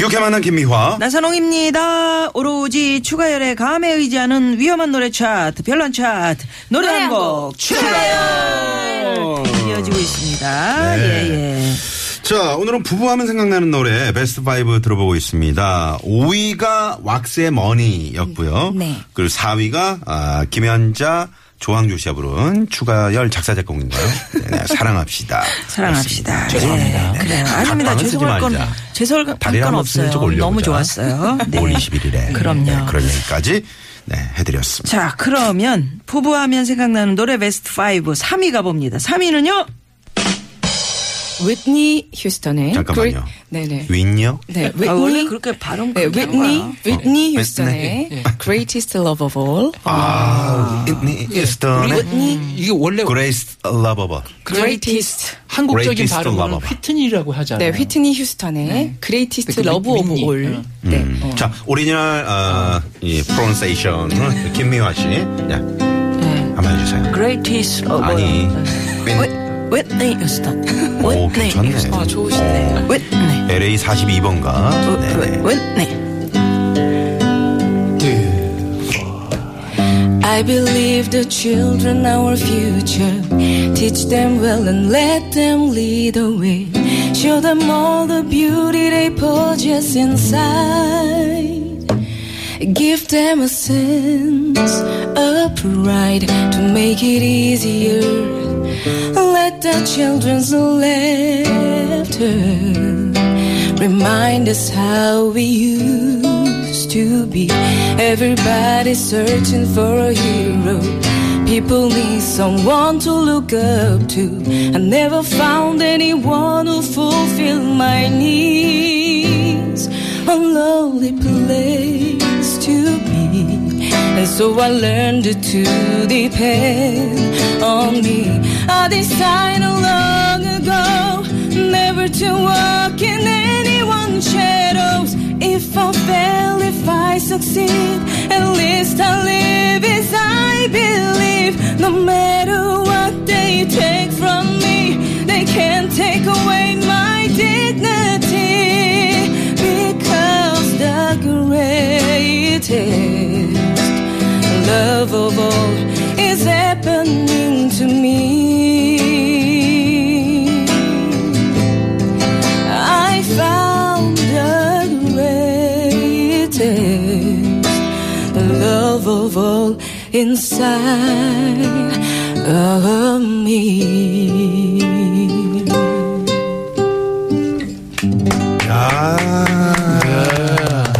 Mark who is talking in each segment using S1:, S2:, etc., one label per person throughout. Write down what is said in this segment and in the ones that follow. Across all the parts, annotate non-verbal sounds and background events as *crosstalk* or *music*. S1: 육회 만난 김미화.
S2: 네. 나선홍입니다. 오로지 추가열의 감에 의지하는 위험한 노래 차트, 별난 차트, 노래
S3: 노래
S2: 한
S3: 한
S2: 곡 추가열! 이어지고 있습니다.
S1: 네.
S2: 예, 예.
S1: 자, 오늘은 부부하면 생각나는 노래 베스트 5 들어보고 있습니다. 5위가 왁스의 머니였고요.
S3: 네.
S1: 그리고 4위가 아, 김현자 조항조 씨가 부른 추가열 작사 작곡인가요? 네, 네, 사랑합시다.
S2: *laughs* 사랑합시다.
S1: 죄송합니다.
S2: 예, 그래요. 아닙니다.
S1: 각방은 쓰지
S2: 죄송할 건,
S1: 말자.
S2: 죄송할 건,
S1: 다리를
S2: 건
S1: 한번
S2: 없어요.
S1: 슬쩍 올려보자. *laughs*
S2: 너무 좋았어요. 네.
S1: 5월
S2: *laughs*
S1: 21일에
S2: 그럼요.
S1: 그런 얘기까지 네, 해드렸습니다.
S2: 자, 그러면 부부하면 생각나는 노래 베스트 5 3위 가봅니다. 3위는요?
S4: 윗니 휴스턴의
S1: 잠깐만요.
S4: 그리- 네네.
S1: 윈요?
S4: 네, 윗니
S2: 아, 원래 그렇게 발음
S4: 네,
S2: 그렇게 하는
S4: 윗니
S2: 거야.
S4: 윗니
S1: 어.
S4: 휴스턴의 Greatest Love of All.
S1: 아, 이스턴의
S5: 이- 이게 원래
S1: 그레이스 러버버.
S4: Greatest.
S5: 한국적인
S1: Greatest
S5: 발음은
S1: lover.
S5: 휘트니라고 하잖아요.
S4: 네, 휘트니 휴스턴의 Greatest
S5: 그치,
S4: Love of
S5: 윗니.
S4: All.
S5: 어.
S4: 네.
S2: 음.
S1: 음. 자, 오리지널 어, 이 프론세이션은 음. 김미화 씨. 네. 한번 해주세요.
S2: Greatest
S5: 어,
S2: of
S1: 아니. 웬-
S2: 어, Whitney Houston.
S1: 오,
S2: Whitney
S1: 괜찮네.
S2: Houston.
S4: 아, 좋으시네.
S1: 오,
S2: Whitney.
S1: LA
S5: 어,
S1: 42번가. 네네.
S2: 네.
S4: I believe the children our future. Teach them well and let them lead the way. Show them all the beauty they possess inside. Give them a sense of pride to make it easier. Let the children's laughter remind us how we used to be. Everybody's searching for a hero. People need someone to look up to. I never found anyone who fulfilled my needs. A lonely place to be. And so I learned to depend on me. I decided long ago never to walk in anyone's shadows. If I fail, if I succeed, at least I live as I believe. No matter what they take from me, they can't take away my dignity because the greatest love of all is happening to me. I found the greatest love of all inside of me.
S1: 야.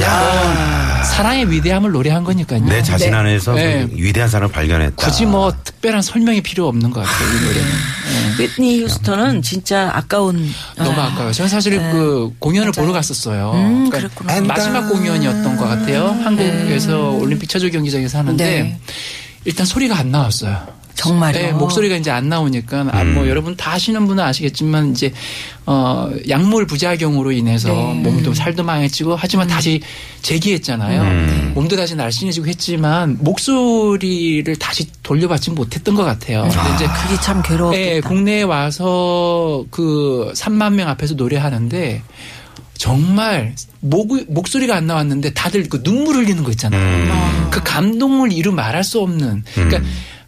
S1: 야.
S5: 사랑의 위대함을 노래한 거니까요.
S1: 내 자신 안에서
S5: 네.
S1: 그 위대한 사람을 발견했다.
S5: 굳이 뭐 특별한 설명이 필요 없는 것 같아요. 이 노래는.
S2: 휘트니 휴스턴은 진짜 아까운
S5: 너무 아까워요. 저는 사실 그 공연을 보러 갔었어요. 그러니까
S2: 그랬구나.
S5: 마지막 공연이었던 것 같아요. 한국에서 올림픽 체조 경기장에서 하는데
S4: 네.
S5: 일단 소리가 안 나왔어요.
S2: 정말요?
S5: 네, 목소리가 이제 안 나오니까 아, 뭐 여러분 다 아시는 분은 아시겠지만 이제 어 약물 부작용으로 인해서
S2: 네.
S5: 몸도 살도 망했지고 하지만
S2: 음.
S5: 다시 재기했잖아요. 몸도 다시 날씬해지고 했지만 목소리를 다시 돌려받지 못했던 것 같아요. 근데 이제
S2: 그게 참 괴로웠겠다.
S5: 네, 국내에 와서 그 3만 명 앞에서 노래하는데 정말 목, 목소리가 안 나왔는데 다들 그 눈물 흘리는 거 있잖아요.
S1: 음.
S5: 그 감동을 이루 말할 수 없는. 그러니까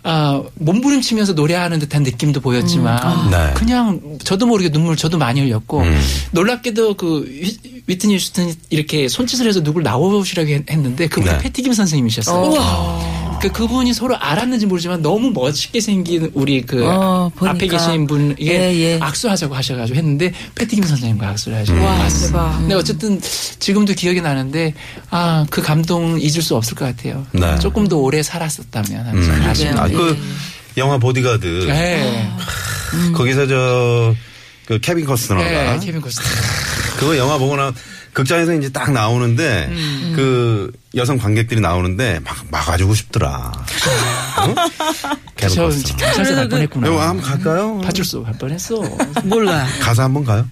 S5: 아, 몸부림치면서 노래하는 듯한 느낌도 보였지만
S2: 음. 아.
S1: 네. 음.
S5: 그냥 저도 모르게 눈물 저도 많이 흘렸고 놀랍게도 그 휘- 위트니 휴스턴이 이렇게 손짓을 해서 누굴 나오시라고 했- 했는데 그분이
S1: 네.
S5: 패티김 선생님이셨어요. 그 그분이 서로 알았는지 모르지만 너무 멋있게 생긴 우리 그
S2: 어, 보니까.
S5: 앞에 계신 분에게
S2: 예, 예.
S5: 악수하자고 하셔가지고 했는데 패티김 선생님과 악수를 하시고 왔어요.
S2: 음.
S5: 근데 어쨌든 지금도 기억이 나는데 아 그 감동 잊을 수 없을 것 같아요.
S1: 네.
S5: 조금 더 오래 살았었다면 하는
S1: 음. 그렇죠.
S5: 생각이
S1: 아, 그 영화 보디가드.
S5: 네.
S1: 거기서 저 그 케빈 커스너가
S5: 네. 케빈 코스터.
S1: 그거 영화 보고 나 극장에서 이제 딱 나오는데
S5: 음.
S1: 그 여성 관객들이 나오는데 막 막아주고
S5: *laughs*
S1: 싶더라. 어? 계속
S5: 저
S1: 봤어.
S5: 경찰서 갈 뻔했구나.
S1: 이거 한번 갈까요?
S5: 파출소 갈
S2: 음.
S5: 뻔했어.
S2: 몰라.
S1: 가서 한번 가요.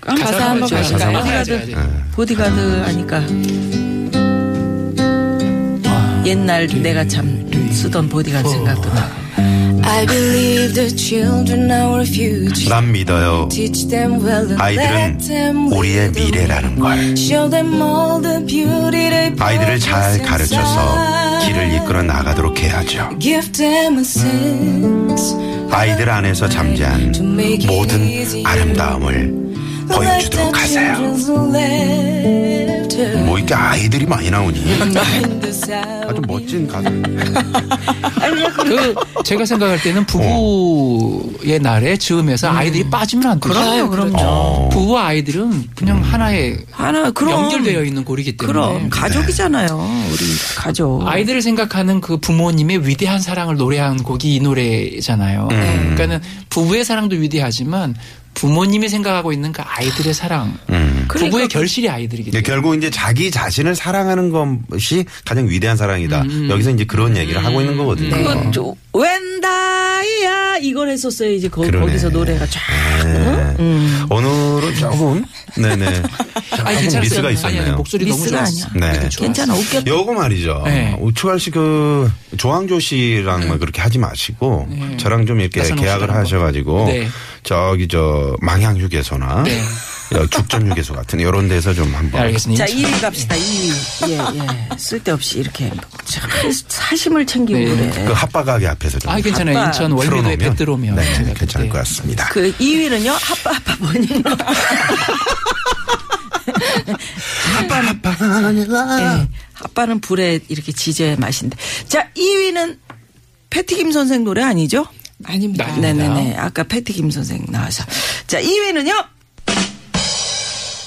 S4: 가사
S5: 가사
S4: 한번
S5: 한번
S1: 가볼까요?
S4: 가실까요?
S5: 네,
S2: 보디가드,
S1: 예.
S2: 보디가드 하니까.
S5: 아,
S2: 옛날
S5: 네.
S2: 내가 참 쓰던
S5: 어,
S2: 보디가드 생각도 나고.
S4: I believe the children are our future.
S1: 난 믿어요.
S4: Teach them well and let them
S1: 아이들은 우리의
S4: lead the way.
S1: 미래라는 걸.
S4: Show them all the beauty they
S1: 아이들을 잘
S4: possess
S1: 가르쳐서
S4: inside.
S1: 길을 이끌어 나가도록 해야죠.
S4: Give them a sense
S1: 아이들 안에서 잠재한 모든 아름다움을 보여주도록 하세요. 뭐 이렇게 아이들이 많이 나오니 아주 멋진 가수.
S5: 그 제가 생각할 때는 부부의 날에 즈음에서 아이들이 빠지면 안 되죠.
S2: 그럼요, 그럼요.
S1: 어.
S5: 부부와 아이들은 그냥 하나의
S2: 하나, 그럼.
S5: 연결되어 있는 고리기 때문에 네.
S2: 그럼. 가족이잖아요. 우리 가족.
S5: 아이들을 생각하는 그 부모님의 위대한 사랑을 노래한 곡이 이 노래잖아요. 그러니까는 부부의 사랑도 위대하지만 부모님이 생각하고 있는 그 아이들의 사랑,
S1: 음.
S5: 부부의 결실이 아이들이기
S1: 이게
S5: 때문에
S1: 결국 이제 자기 자신을 사랑하는 것이 가장 위대한 사랑이다. 여기서 이제 그런 얘기를 하고 있는 거거든요.
S2: 그거 저, 웬다이야 이걸 했었어요. 이제 거,
S1: 그러네.
S2: 거기서 노래가 쫙.
S1: 네. 오늘은 조금
S5: *laughs*
S1: 네네
S5: 음. 아니
S1: 조금
S5: 괜찮았어요.
S1: 미스가
S5: 아니, 아니,
S1: 있었네요.
S5: 목소리 너무
S2: 미스가
S5: 좋았어.
S2: 아니야.
S1: 네.
S5: 되게 좋았어.
S2: 괜찮아. 웃겨.
S1: 요거 말이죠.
S5: 네.
S1: 우추갈 씨그 조항조 씨랑 막 그렇게 하지 마시고
S5: 네.
S1: 저랑 좀 이렇게
S5: 가사노
S1: 계약을
S5: 씨랑
S1: 하셔가지고
S5: 네.
S1: 저기 저 망향휴게소나
S5: 네.
S1: 여- 죽전휴게소 같은 이런 데서 좀
S5: 네,
S1: 한번
S5: 알겠습니다.
S2: 자, 2위 갑시다. 2위. 예, 예. 쓸데없이 이렇게 참 사심을 챙기고
S5: 네.
S2: 그래.
S1: 그 핫바가게 앞에서 좀
S5: 아 괜찮아요.
S2: 아빠
S5: 인천 월미도에
S1: 틀어놓으면
S5: 백들오면
S1: 네, 괜찮을 것 같습니다.
S2: 그 2위는요. 아빠 아빠 뭐니? 아빠는 예, 아빠는 불에 이렇게 지제 맛인데. 자, 2위는 패티김 선생 노래 아니죠?
S4: 아닙니다.
S5: 나-
S2: 네, 네,
S5: 아닙니다.
S2: 네. 아까 패티김 선생 나와서. 자, 2위는요.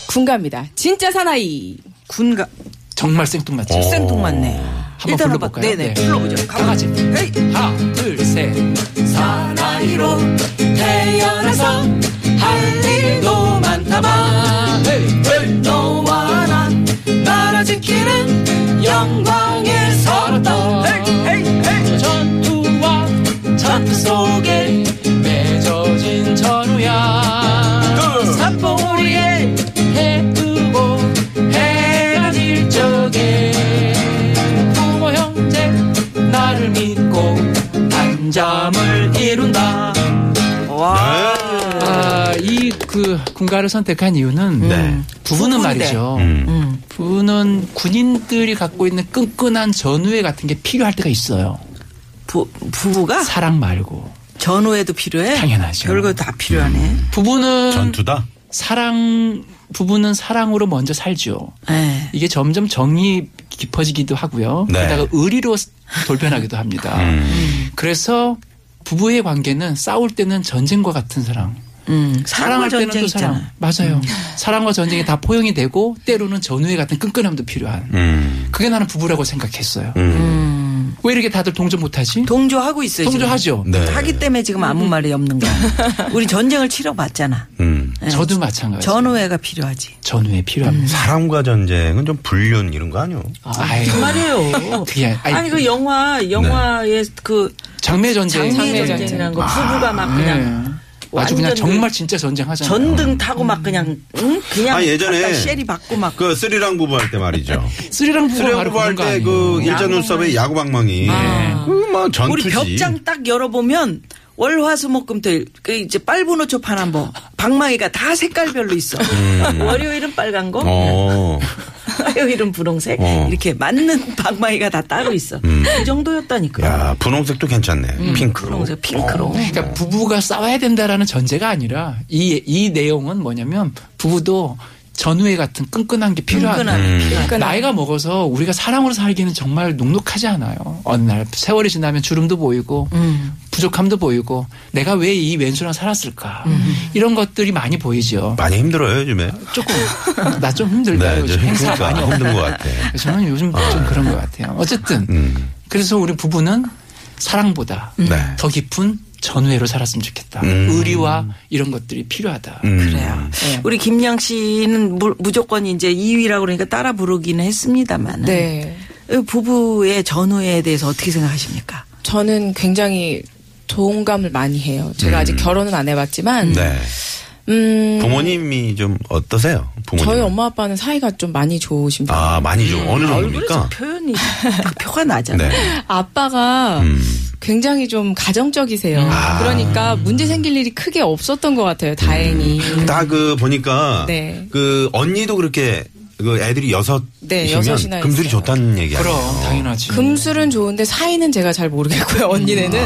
S4: 군갑니다. 진짜 사나이.
S2: 군가
S5: 정말 생뚱맞죠.
S1: 어.
S2: 생통 맞네.
S5: 한번 불러볼까요?
S2: 네네.
S5: 네.
S2: 불러보죠.
S5: 다 같이.
S2: 에이.
S5: 하나, 둘, 셋.
S2: 사나이로
S5: 태어나서 할 일도 많다만 너와 나 나라 지키는 영광에 살았다 전투와 전투 속에 맺어진 전우야
S1: 그.
S5: 산봉우리에 해 뜨고 해가 질 적에 부모 형제 나를 믿고 단잠을 이룬다 네.
S2: 와.
S5: 아, 이 그 군가를 선택한 이유는
S1: 네.
S2: 부부인데.
S5: 부부는 말이죠.
S1: 음.
S5: 부부는 군인들이 갖고 있는 끈끈한 전우애 같은 게 필요할 때가 있어요.
S2: 부, 부부가
S5: 사랑 말고
S2: 전후에도 필요해?
S5: 당연하죠. 음.
S2: 별거 다 필요하네.
S5: 부부는
S1: 전투다.
S5: 사랑 부부는 사랑으로 먼저 살죠.
S2: 예.
S5: 이게 점점 정이 깊어지기도 하고요.
S1: 네. 음.
S5: 게다가 의리로 돌변하기도 합니다. 그래서 부부의 관계는 싸울 때는 전쟁과 같은 사랑.
S2: 음.
S5: 사랑할 때는 또 사랑. 맞아요.
S6: 음.
S5: 사랑과 전쟁이 다 포용이 되고 때로는 전우애 같은 끈끈함도 필요한.
S1: 음.
S5: 그게 나는 부부라고 생각했어요.
S1: 음.
S5: 왜 이렇게 다들 동조 못하지?
S2: 동조하고 있어요. 지금. 음.
S5: 동조하죠.
S1: 네.
S2: 하기 때문에 지금 아무 말이 없는 *laughs* 거야. 우리 전쟁을 치러봤잖아.
S1: 음.
S6: 네.
S5: 저도 마찬가지.
S2: 전후회가 필요하지.
S5: 전우애
S6: 음.
S5: 필요합니다.
S1: 사람과 전쟁은 좀 불륜 이런 거 아니요?
S5: 아유.
S6: 그 말이에요.
S5: *laughs* 그게 아니,
S6: 아니, 그 영화 영화의
S1: 네.
S6: 그
S5: 장례
S2: 네.
S5: 전쟁.
S6: 장례 전쟁이라는
S1: 아.
S6: 거 부부가 막
S1: 네.
S6: 그냥
S5: 예. 아주 그냥
S6: 완전
S5: 정말 진짜 전쟁 하잖아요.
S6: 전등 타고 막 그냥 응? 그냥
S1: 아
S2: 아까
S1: 예전에
S2: 쉘이 받고 막.
S1: 그 스리랑 부부할 때 말이죠.
S5: 스리랑 부부
S1: 스리랑
S5: 바로
S1: 부부할
S5: 그런 거
S1: 때
S5: 아니에요.
S1: 그 일자 눈썹의 야구 방망이. 그뭐
S2: 우리
S1: 전투지.
S2: 벽장 딱 열어보면 월화수목금토일 그 이제 빨분호초 파란 뭐 방망이가 다 색깔별로 있어. *laughs*
S6: 월요일은 빨간 거,
S1: 음. 어.
S6: 화요일은 분홍색
S1: 어. 음.
S6: 이렇게
S2: *laughs*
S6: 맞는 방망이가 다 따로 있어. 그
S2: 네.
S6: 정도였다니까.
S1: 야 분홍색도 괜찮네. 핑크로. 어,
S6: 분홍색, 핑크로.
S5: 그러니까 부부가 싸워야 된다라는 전제가 아니라 이, 이 내용은 뭐냐면 부부도 전우애 같은 끈끈한 게 필요한
S2: 끈끈함이
S5: 음.
S2: 필요하다.
S5: 나이가 먹어서 우리가 사랑으로 살기는 정말 녹록하지 않아요. 어느 날 세월이 지나면 주름도 보이고
S6: 음.
S5: 부족함도 보이고 내가 왜 이 왼수랑 살았을까
S6: 음.
S5: 이런 것들이 많이 보이죠.
S1: 많이 힘들어요 요즘에.
S5: 조금 나 좀 힘들다
S1: 네,
S5: 요즘
S1: 저
S5: 행사
S1: 힘드니까
S5: 많이
S1: 힘든 것 같아.
S5: *laughs*
S1: 네.
S5: 저는 요즘 좀 그런 것 같아요. 어쨌든
S1: 음.
S5: 그래서 우리 부부는 사랑보다
S1: 네.
S5: 더 깊은 전후회로 살았으면 좋겠다.
S1: 음.
S5: 의리와 이런 것들이 필요하다.
S1: 음.
S2: 그래요.
S5: 네.
S2: 우리 김양 씨는 물- 무조건 이제 2위라고 그러니까 따라 부르기는 했습니다만.
S4: 네.
S2: 부부의 전후에 대해서 어떻게 생각하십니까?
S4: 저는 굉장히 동감을 많이 해요. 제가 아직 결혼은 안 해봤지만,
S1: 음. 네.
S4: 음,
S1: 부모님이 좀 어떠세요? 부모님.
S4: 저희 엄마 아빠는 사이가 좀 많이 좋으신 분.
S1: 아, 많이 좀 어느 정도입니까?
S2: 얼굴에서 표현이 딱 표가 나잖아요.
S1: 네.
S4: 아빠가
S1: 음. 아.
S4: 굉장히 좀 가정적이세요. 그러니까 문제 생길 일이 크게 없었던 것 같아요. 다행히.
S1: 다 그 보니까
S4: 네.
S1: 그 언니도 그렇게 그 애들이 여섯
S4: 네,
S1: 이시면
S4: 여섯이나
S1: 금술이
S4: 있어요.
S1: 좋다는 얘기 아니에요?
S5: 그럼 당연하지.
S4: 금술은 좋은데 사이는 제가 잘 모르겠고요.
S1: 음.
S4: 언니네는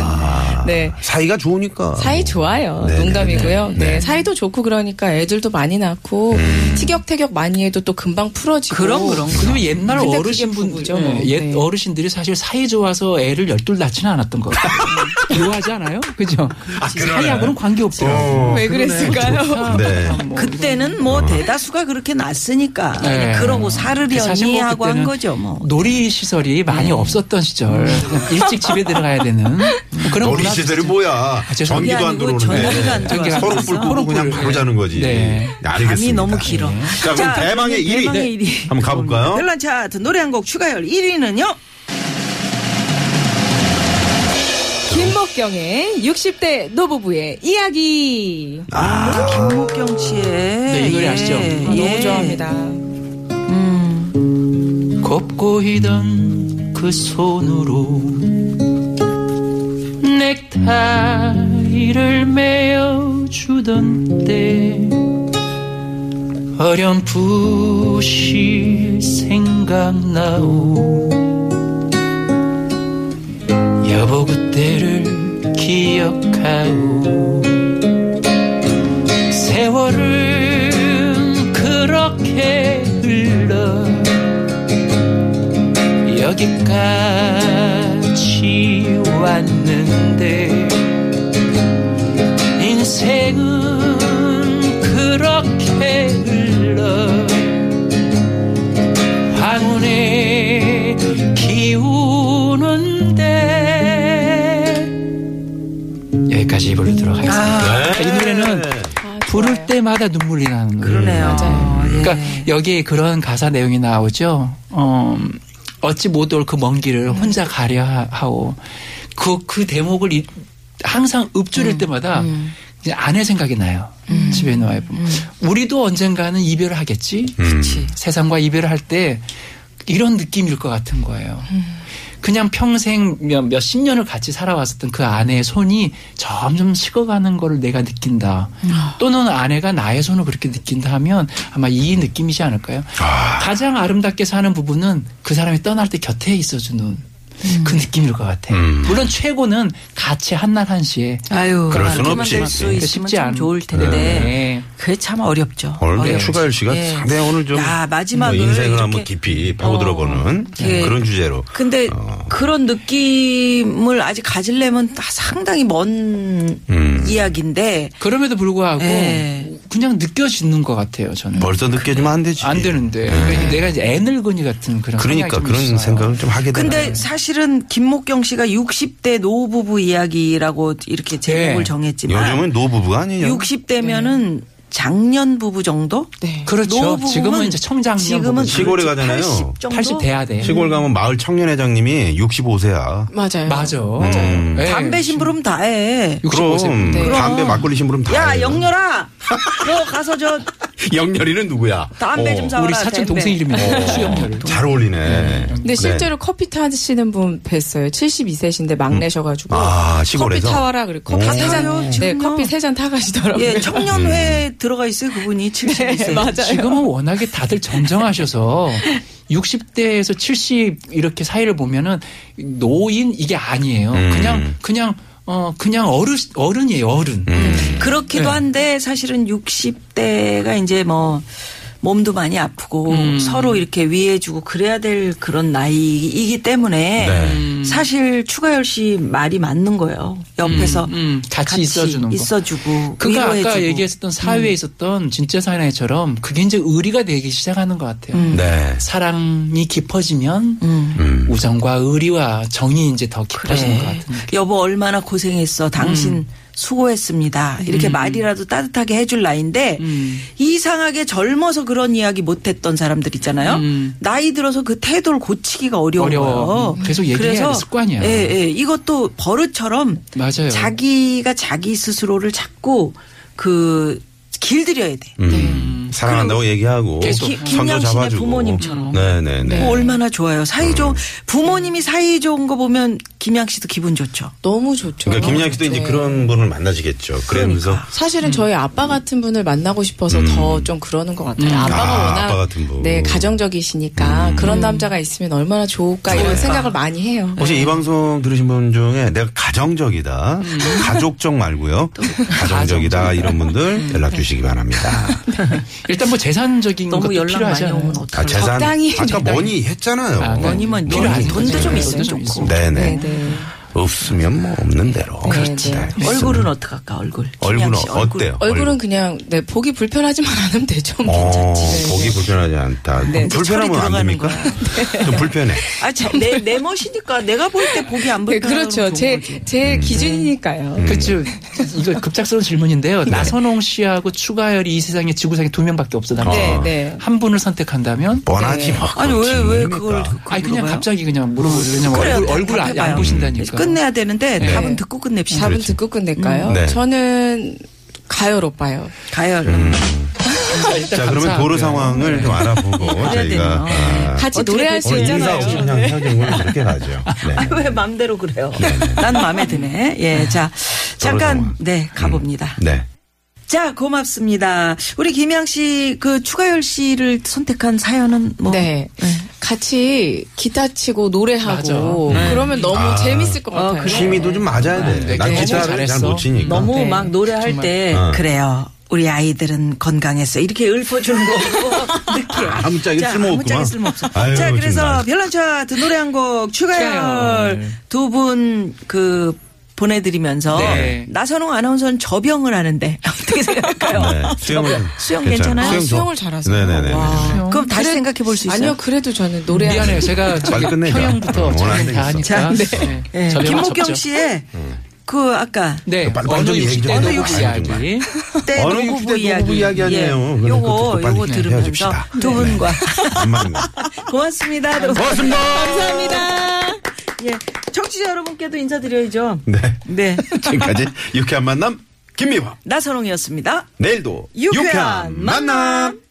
S4: 네.
S1: 사이가 좋으니까
S4: 사이 좋아요.
S1: 아. 네,
S4: 농담이고요.
S1: 네,
S4: 네,
S1: 네. 음. 네.
S4: 사이도 좋고 그러니까 애들도 많이 낳고 티격태격 많이 해도 또 금방 풀어지고.
S2: 그럼 그럼
S5: 그리고 옛날
S4: 근데 그게
S5: 어르신분들,
S4: 부부죠, 뭐.
S5: 예, 옛
S4: 네.
S5: 어르신들이 사실 사이 좋아서 애를 열둘 낳지는 않았던 것 같아요.
S4: *laughs*
S5: 좋아하지 않아요? 그죠?
S1: 그러네. 어.
S5: 사이하고는 관계 없더라고요.
S4: 왜 그랬을까요?
S5: 좋다.
S1: 네.
S5: 뭐
S2: 그때는 뭐
S1: 어.
S2: 대다수가 그렇게 났으니까
S5: 네.
S2: 아, 그러고 사르리
S5: 사실 뭐
S2: 언니하고 한
S5: 그때는
S2: 거죠 뭐. 네.
S5: 놀이 시설이 많이
S2: *laughs*
S5: 없었던 시절. 일찍 집에 들어가야 되는 뭐 그런
S1: 놀이
S5: 문화
S1: 시절이
S5: 자체.
S1: 뭐야?
S5: 아, 죄송합니다.
S1: 전기도 안
S2: 이게 아니고 전기가 안
S1: 들어오는데
S5: 들어와서.
S1: 서로 불 끄고 그냥 바로 자는 거지.
S5: 네.
S1: 알겠습니다. 네.
S2: 밤이 너무 길어.
S1: 자, 그럼 대망의 1위.
S2: 그러면 대망의 1위. 네,
S1: 한번 가볼까요?
S2: 별난 차트 노래 한 곡 추가열 1위는요.
S4: 김목경의 60대 노부부의 이야기.
S1: 아,
S2: 김목경 씨의
S1: 네,
S2: 예.
S5: 이 노래 아시죠?
S4: 아, 너무 좋아합니다.
S5: 걷고 이던 그 손으로 넥타이를 매어주던 때 어렴풋이 생각나오 여보 그때를 기억하오 세월은 그렇게 흘러 여기까지 왔는데 인생은 그렇게 흘러 황혼에 기우는데 여기까지 부르도록
S1: 네.
S5: 하겠습니다. 이 노래는
S4: 아,
S5: 부를 때마다 눈물이 나는 노래.
S2: 그러네요. 예.
S5: 그러니까 여기에 그런 가사 내용이 나오죠. 어, 어찌 못 올 그 먼 길을 혼자 가려 하- 하오. 그, 그 대목을 이- 항상 읊조릴 때마다 이제 아내 생각이 나요. 집에 나와 보면. 우리도 언젠가는 이별을 하겠지.
S2: 음.
S1: 그치.
S5: 세상과 이별을 할 때 이런 느낌일 것 같은 거예요. 그냥 평생 몇, 몇십 년을 같이 살아왔었던 그 아내의 손이 점점 식어가는 거를 내가 느낀다. 또는 아내가 나의 손을 그렇게 느낀다 하면 아마 이 느낌이지 않을까요? 가장 아름답게 사는 부분은 그 사람이 떠날 때 곁에 있어주는 그 느낌일 것 같아. 요
S1: 음.
S5: 물론 최고는 같이 한날 한시에
S2: 아유,
S1: 그럴 순
S2: 그렇게만
S1: 없지.
S2: 될수
S1: 네.
S2: 있으면
S5: 쉽지
S2: 참
S5: 않-
S2: 좋을 텐데.
S5: 네.
S2: 그게 참 어렵죠.
S1: 오늘
S2: 어려워요.
S1: 추가열 씨가
S2: 예.
S1: 상당히 오늘 좀
S2: 야, 마지막을
S1: 뭐 인생을
S2: 이렇게-
S1: 한번 깊이 파고들어보는
S2: 예.
S1: 그런 주제로.
S2: 근데
S1: 어.
S2: 그런 느낌을 아직 가지려면 다 상당히 먼
S1: 음.
S2: 이야기인데
S5: 그럼에도 불구하고
S2: 네.
S5: 그냥 느껴지는 것 같아요. 저는
S1: 벌써 느껴지면 안 되지.
S5: 안 되는데 그러니까 내가 이제 애늙은이 같은 그런
S1: 예. 그러니까
S5: 생각이 좀
S1: 그런
S5: 있어요.
S1: 생각을 좀 하게 되네.
S2: 근데 사실은 김목경 씨가 60대 노부부 이야기라고 이렇게 제목을
S5: 네.
S2: 정했지만
S1: 요즘은 노부부가 아니에요.
S2: 60대면은 작년 부부 정도?
S4: 네.
S5: 그렇죠.
S2: 노부부는
S5: 지금은 이제 청장년
S2: 지금은
S5: 부부.
S1: 시골에
S2: 그렇지,
S1: 가잖아요.
S2: 80 정도?
S5: 80 돼야 돼.
S1: 시골 가면 마을 청년회장님이 65세야.
S4: 맞아요.
S5: 네. 맞아.
S1: 음.
S5: 예.
S2: 담배 심부름 다 해.
S5: 65세.
S1: 그럼
S4: 네.
S1: 담배 막걸리 심부름 다.
S2: 야,
S1: 해요.
S2: 영렬아! 너 가서 저
S1: 영렬이는 누구야? 어.
S2: 담배 좀 사와라.
S5: 우리
S2: 담배.
S5: 사촌 동생 이름이에요. 수영렬.
S1: 잘 어울리네.
S4: 근데 실제로 커피 타시는 분 뵀어요. 72세신데 막내셔가지고.
S1: 아, 시골에서?
S4: 커피 타와라 그리고
S1: 오.
S4: 커피 세
S2: 타요,
S4: 잔, 네,
S2: 지금요?
S4: 커피 세 잔 타가시더라고요.
S5: 네.
S2: 예, 청년회 들어가 있어요, 그분이. 72세.
S5: 지금은 워낙에 다들
S2: *laughs*
S5: 정정하셔서 60대에서 70 이렇게 사이를 보면은 노인 이게 아니에요.
S1: 음.
S5: 그냥 그냥 어 그냥 어른 어른이에요. 어른.
S1: 음.
S2: 그렇기도
S5: 네.
S2: 한데 사실은 60대가 이제 뭐 몸도 많이 아프고
S5: 음.
S2: 서로 이렇게 위해주고 그래야 될 그런 나이이기 때문에
S1: 네.
S5: 음.
S2: 사실 추가열 씨 말이 맞는 거예요. 옆에서
S5: 음, 같이 있어주는 거.
S2: 있어주고
S5: 그까
S2: 위로해주고. 음.
S5: 아까 얘기했었던 사회에 있었던 진짜 사나이처럼 그게 이제 의리가 되기 시작하는 것 같아요.
S1: 네.
S5: 사랑이 깊어지면
S2: 음.
S1: 음.
S5: 우정과 의리와 정이 이제 더 깊어지는 것 같은데.
S2: 네.
S5: 음.
S2: 여보 얼마나 고생했어. 당신 수고했습니다. 이렇게 말이라도 따뜻하게 해줄 나이인데
S5: 음.
S2: 이상하게 젊어서 그런 이야기 못했던 사람들 있잖아요.
S5: 음.
S2: 나이 들어서 그 태도를 고치기가 어려운
S5: 어려워.
S2: 거예요.
S5: 음, 계속 얘기해야
S2: 그래서
S5: 돼, 습관이야.
S2: 예, 예. 이것도 버릇처럼
S5: 맞아요.
S2: 자기가 자기 스스로를 자꾸 그 길들여야 돼.
S1: 음. 사랑한다고 얘기하고
S5: 계속.
S2: 김-
S1: 선도
S2: 김양신의
S1: 잡아주고
S2: 부모님처럼.
S1: 네네네.
S2: 뭐 얼마나 좋아요. 사이
S5: 음.
S2: 좋은 부모님이 사이 좋은 거 보면 김양 씨도 기분 좋죠.
S4: 너무 좋죠.
S1: 그러니까 김양 씨도 이제
S4: 네.
S1: 그런 분을 만나시겠죠. 그래서
S4: 사실은 저희 아빠 같은 분을 만나고 싶어서 더 좀 그러는 것 같아요. 그러니까. 아빠가
S1: 음. 아,
S4: 워낙
S1: 아빠 같은 분. 음.
S4: 네 가정적이시니까 그런 남자가 있으면 얼마나 좋을까
S1: 네.
S4: 이런 생각을 많이 해요.
S1: 혹시 이 방송 들으신 분 중에 내가 가정적이다, 가족적 말고요, 가정적이다 이런 분들 연락 주시기 바랍니다.
S5: 일단 뭐 재산적인
S2: 너무
S5: 것도
S2: 연락 많이
S5: 필요하잖아요.
S2: 오면
S1: 아,
S2: 어떡해요?
S1: 재산
S4: 적당히
S1: 아까 뭐니 했잖아요.
S5: 아,
S2: 아니면
S5: 필요한
S2: 돈도
S5: 거죠.
S2: 좀 있으면
S5: 돈도 좀
S2: 좋고.
S5: 있으면.
S1: 네네.
S4: 네네.
S1: 없으면 뭐 없는 대로.
S4: 그렇지.
S1: 네.
S2: 얼굴은 어떡할까 얼굴.
S1: 얼굴은
S2: 김양 씨 얼굴.
S1: 어때요?
S4: 얼굴은 그냥 네 보기 불편하지만 *laughs* 않으면 되죠. 뭐
S1: 어,
S4: 괜찮지.
S1: 보기 불편하지 않다. 그럼
S2: 네, 이제
S1: 불편하면
S2: 철이
S1: 안 됩니까? *laughs* 좀 불편해.
S2: 아, 참, 내, 내 멋이니까 내가 볼 때 보기 안
S4: 네,
S2: 불편하고
S4: 그렇죠. 제 제
S1: 음.
S4: 기준이니까요.
S2: *laughs*
S5: 그렇죠. 이거 급작스러운
S1: 네.
S5: 질문인데요. 나선홍 씨하고 추가열이 이 세상에 지구상에 두 명밖에 없어요.
S4: 네, 네.
S5: 한 분을 선택한다면
S1: 뻔하지 뭐.
S2: 네. 아니 왜 왜 그걸
S1: 그러니까.
S2: 그걸
S5: 아니 그냥
S2: 물어봐요?
S5: 갑자기 그냥 물어보세요. 왜냐면
S2: 그래요.
S5: 얼굴 얼굴 안,
S2: 답답해요.
S5: 안 보신다니까.
S2: 끝내야 되는데
S5: 네.
S2: 답은 듣고 끝냅시다.
S4: 답은 듣고 끝낼까요?
S1: 네.
S4: 저는 가열 오빠요.
S2: 가열.
S1: 음.
S5: 일단
S1: 자, 그러면
S5: 감사하고요.
S1: 도로 상황을 좀
S2: *laughs*
S1: 알아보고 저희가
S2: 네. 되네요.
S1: 아,
S4: 같이 노래할 수
S1: 오늘 인사
S4: 있잖아요.
S1: 없이 그냥 헤어진 걸 그렇게 가죠.
S2: *laughs*
S1: 네.
S2: 아, 왜 맘대로 그래요? 난 마음에 드네. 예, 자 잠깐
S1: 상황.
S2: 네 가봅니다.
S1: 네.
S2: 자 고맙습니다. 우리 김양 씨 그 추가열 씨를 선택한 사연은 뭐
S4: 네. 같이 기타 치고 노래하고
S5: 맞아.
S4: 그러면 너무
S1: 아.
S4: 재밌을 것
S2: 어,
S4: 같아요.
S2: 네. 그래.
S1: 취미도 좀 맞아야 돼.
S5: 네,
S1: 난
S5: 너무
S1: 기타를 잘
S5: 잘했어.
S1: 못 치니까.
S2: 너무
S4: 네.
S2: 막 노래할
S5: 정말.
S2: 때
S1: 어.
S2: 그래요. 우리 아이들은 건강했어. 이렇게 읊어주는 거
S1: *laughs*
S2: 느끼해.
S1: 아무짝에 쓸모없구만.
S2: 아무짝에 쓸모없어.
S1: 아유,
S2: 자,
S1: 정말.
S2: 그래서 별난 차트 노래 한 곡 추가열
S5: 추가열.
S2: 두 분 그 보내드리면서
S5: 네.
S2: 나선홍 아나운서는 저병을 하는데 *laughs* 어떻게 생각할까요?
S1: 네. 수영을 좀
S2: *laughs* 수영
S4: 아,
S2: 괜찮아요?
S1: 수영 좋아.
S4: 수영을 잘하세요.
S1: 네네네네.
S4: 와.
S2: 그럼 다시
S4: 그래-
S2: 생각해 볼 수 있어요.
S4: 아니요, 그래도 저는 노래
S5: 미안해요. 제가 저기
S1: 끝내자. 어,
S5: 평양부터
S1: 오늘 안
S5: 저는
S1: 되겠어.
S5: 다 하니까.
S2: 자,
S5: 네.
S2: 예,
S5: 저렴한
S2: 김목경
S5: 접점.
S2: 씨의
S1: 음.
S2: 그 아까
S5: 네.
S1: 빨리
S5: 어느
S1: 좀 얘기 좀
S5: 60대
S1: 해봐.
S5: 노부
S1: 아니,
S5: 이야기.
S2: 때
S1: 어느
S2: 네, 노부부
S1: 60대
S2: 이야기, 예,
S1: 노부부 이야기 아니에요. 그러니까
S2: 요거
S1: 그것도 빨리
S2: 요거 들으면서
S1: 헤어집시다.
S2: 두
S1: 네.
S2: 분과 *laughs*
S1: 안 맞는 거.
S2: 고맙습니다. 두 분.
S1: 고맙습니다.
S2: 감사합니다. 예, 청취자 여러분께도 인사드려야죠.
S1: 네.
S2: 네,
S1: 지금까지 유쾌한 만남 김미화.
S2: 나선홍이었습니다.
S1: 내일도
S2: 유쾌한
S1: 유쾌한 만남.